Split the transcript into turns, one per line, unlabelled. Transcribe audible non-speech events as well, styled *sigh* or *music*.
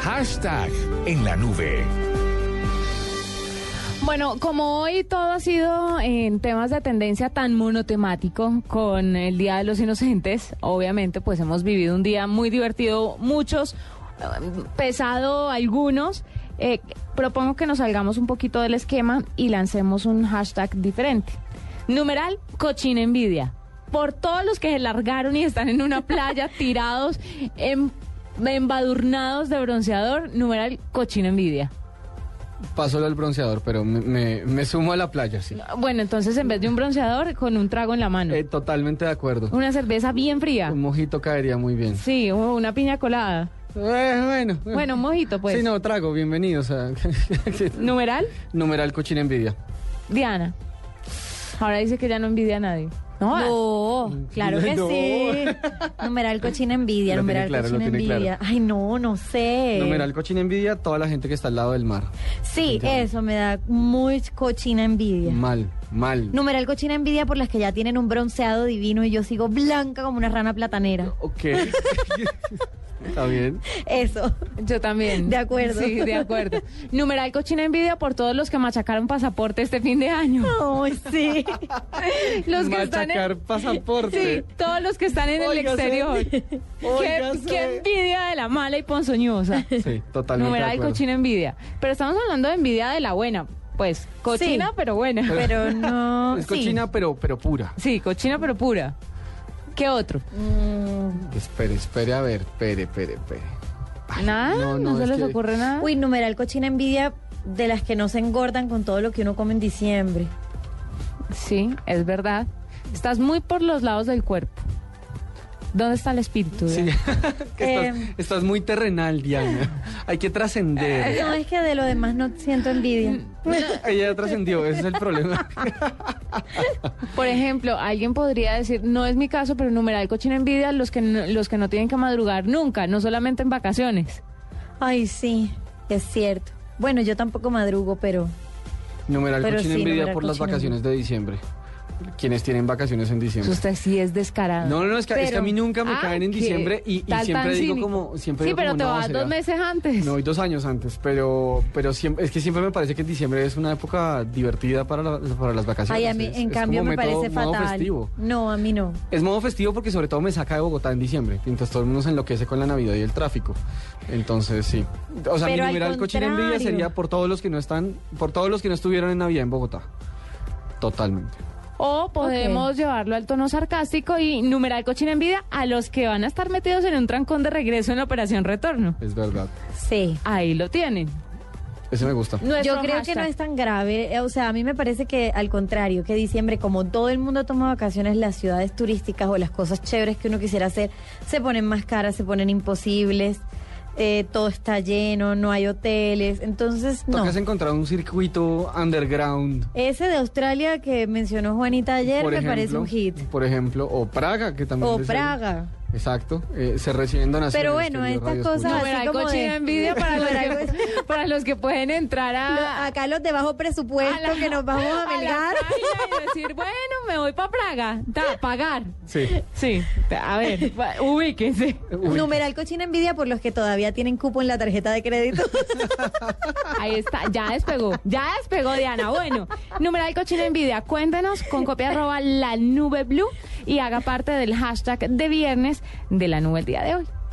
Hashtag en la nube.
Bueno, como hoy todo ha sido en temas de tendencia tan monotemático con el Día de los Inocentes, obviamente pues hemos vivido un día muy divertido, muchos, eh, pesado algunos. Eh, propongo que nos salgamos un poquito del esquema y lancemos un hashtag diferente. Numeral, cochina envidia. Por todos los que se largaron y están en una playa tirados, em- embadurnados de bronceador, numeral, cochina envidia.
Paso al bronceador, pero me, me- me sumo a la playa, sí.
Bueno, entonces en vez de un bronceador, con un trago en la mano.
Eh, totalmente de acuerdo.
Una cerveza bien fría.
Un mojito caería muy bien.
Sí, o una piña colada.
Eh, bueno. eh.
Bueno, un mojito, pues.
Sí, no, trago, bienvenidos *laughs* a...
Numeral,
Numeral cochina envidia.
Diana. Ahora dice que ya no envidia a nadie. No,
No, claro que
No.
sí. Numeral cochina envidia,
Lo tiene
numeral
claro, lo
cochina
tiene claro.
envidia. Ay, no, no
Eh.
sé.
Numeral cochina envidia, toda la gente que está al lado del mar.
Sí, eso me da muy cochina envidia.
Mal, mal.
Numeral cochina envidia por las que ya tienen un bronceado divino y yo sigo blanca como una rana platanera.
Ok. *laughs* está bien.
Eso. *laughs*
yo también.
De acuerdo.
Sí, de acuerdo. Numeral cochina envidia por todos los que machacaron pasaporte este fin de año.
Ay, sí.
Los que están en-
Machacar pasaporte.
Sí, todos los que están en el
Óigase.
exterior. Qué-
Óigase.
qué envidia de la mala y ponzoñosa.
Sí, totalmente de
Numeral
acuerdo.
cochina envidia. Pero estamos hablando de envidia de la buena. Pues, cochina,
Sí.
pero buena.
Pero no.
Es
sí.
cochina, pero, pero pura.
Sí, cochina, pero pura. ¿Qué otro?
Mm.
Espere, espere, a ver, espere, espere, espere.
Nada, no,
no, no,
se
es
les
que-
ocurre nada.
Uy, numeral cochina envidia de las que no se engordan con todo lo que uno come en diciembre.
Sí, es verdad. Estás muy por los lados del cuerpo. ¿Dónde está el espíritu?
*laughs*
Sí.
Diana?
*laughs* Que estás,
Eh.
estás muy terrenal,
*laughs*
Diana. Hay que trascender.
No, es que de lo demás no siento envidia.
Ella ya trascendió, ese es el
*laughs*
problema.
Por ejemplo, alguien podría decir, no es mi caso, pero numeral cochina envidia los que no, los que no tienen que madrugar nunca, no solamente en vacaciones.
Ay, sí, es cierto. Bueno, yo tampoco madrugo, pero
Numeral
Pero
cochina
sí,
envidia
numeral
por las
cochina
vacaciones de diciembre. Quienes tienen vacaciones en diciembre.
Usted sí es descarado.
No, no, no, es que, es que a
Pero-
mí nunca me
Ah,
caen en
qué
diciembre y, y
tal
siempre
tan
digo
cínico.
como... Siempre
sí,
digo
pero
como,
te
"No,
vas
será".
dos meses antes.
No, y dos años antes, pero, pero siempre, es que siempre me parece que diciembre es una época divertida para, la- para las vacaciones.
ay, a mí
Es-
en
es
cambio
como
me
método-
parece
modo
fatal.
festivo.
No, a mí no.
Es modo festivo porque sobre todo me saca de Bogotá en diciembre. Entonces todo el mundo se enloquece con la Navidad y el tráfico. Entonces sí. O sea,
Pero
mi
al
numeral cochina
contrario.
envidia sería por todos los que no están, por todos los que no estuvieron en Navidad en Bogotá. Totalmente.
O podemos llevarlo al tono sarcástico y numeral cochina envidia a los que van a estar metidos en un trancón de regreso en la operación retorno.
Es verdad.
Sí.
Ahí lo tienen.
Ese me gusta.
Nuestro
Yo creo que
hashtag.
no es tan grave, eh, o sea, a mí me parece que al contrario, que diciembre, como todo el mundo toma vacaciones, las ciudades turísticas o las cosas chéveres que uno quisiera hacer se ponen más caras, se ponen imposibles, eh, todo está lleno, no hay hoteles, entonces no.
Tocas encontrar un circuito underground.
Ese de Australia que mencionó Juanita ayer
por
me
ejemplo,
parece un hit.
Por ejemplo, o Praga, que también.
O
les-
Praga.
Exacto. eh, se reciben donaciones.
Pero bueno,
querido
estas
Radio
cosas-
Escucha.
Numeral
así como
cochina
de-
envidia para los,
Numeral
que, *laughs* para los que pueden entrar a...
Lo- acá los de bajo presupuesto
Ah. *laughs* a la-
que nos vamos a
la
melgar.
playa y decir, bueno, me voy para Praga, da, pagar.
*laughs*
Sí.
Sí, a *laughs* ver, va- ubíquense.
Uy,
Numeral cochina envidia por los que todavía tienen cupo en la tarjeta de crédito.
Ahí está, ya despegó, ya despegó Diana. Bueno, numeral cochina envidia, cuéntenos con copia arroba la nube blue y haga parte del hashtag de viernes de la nube el día de hoy.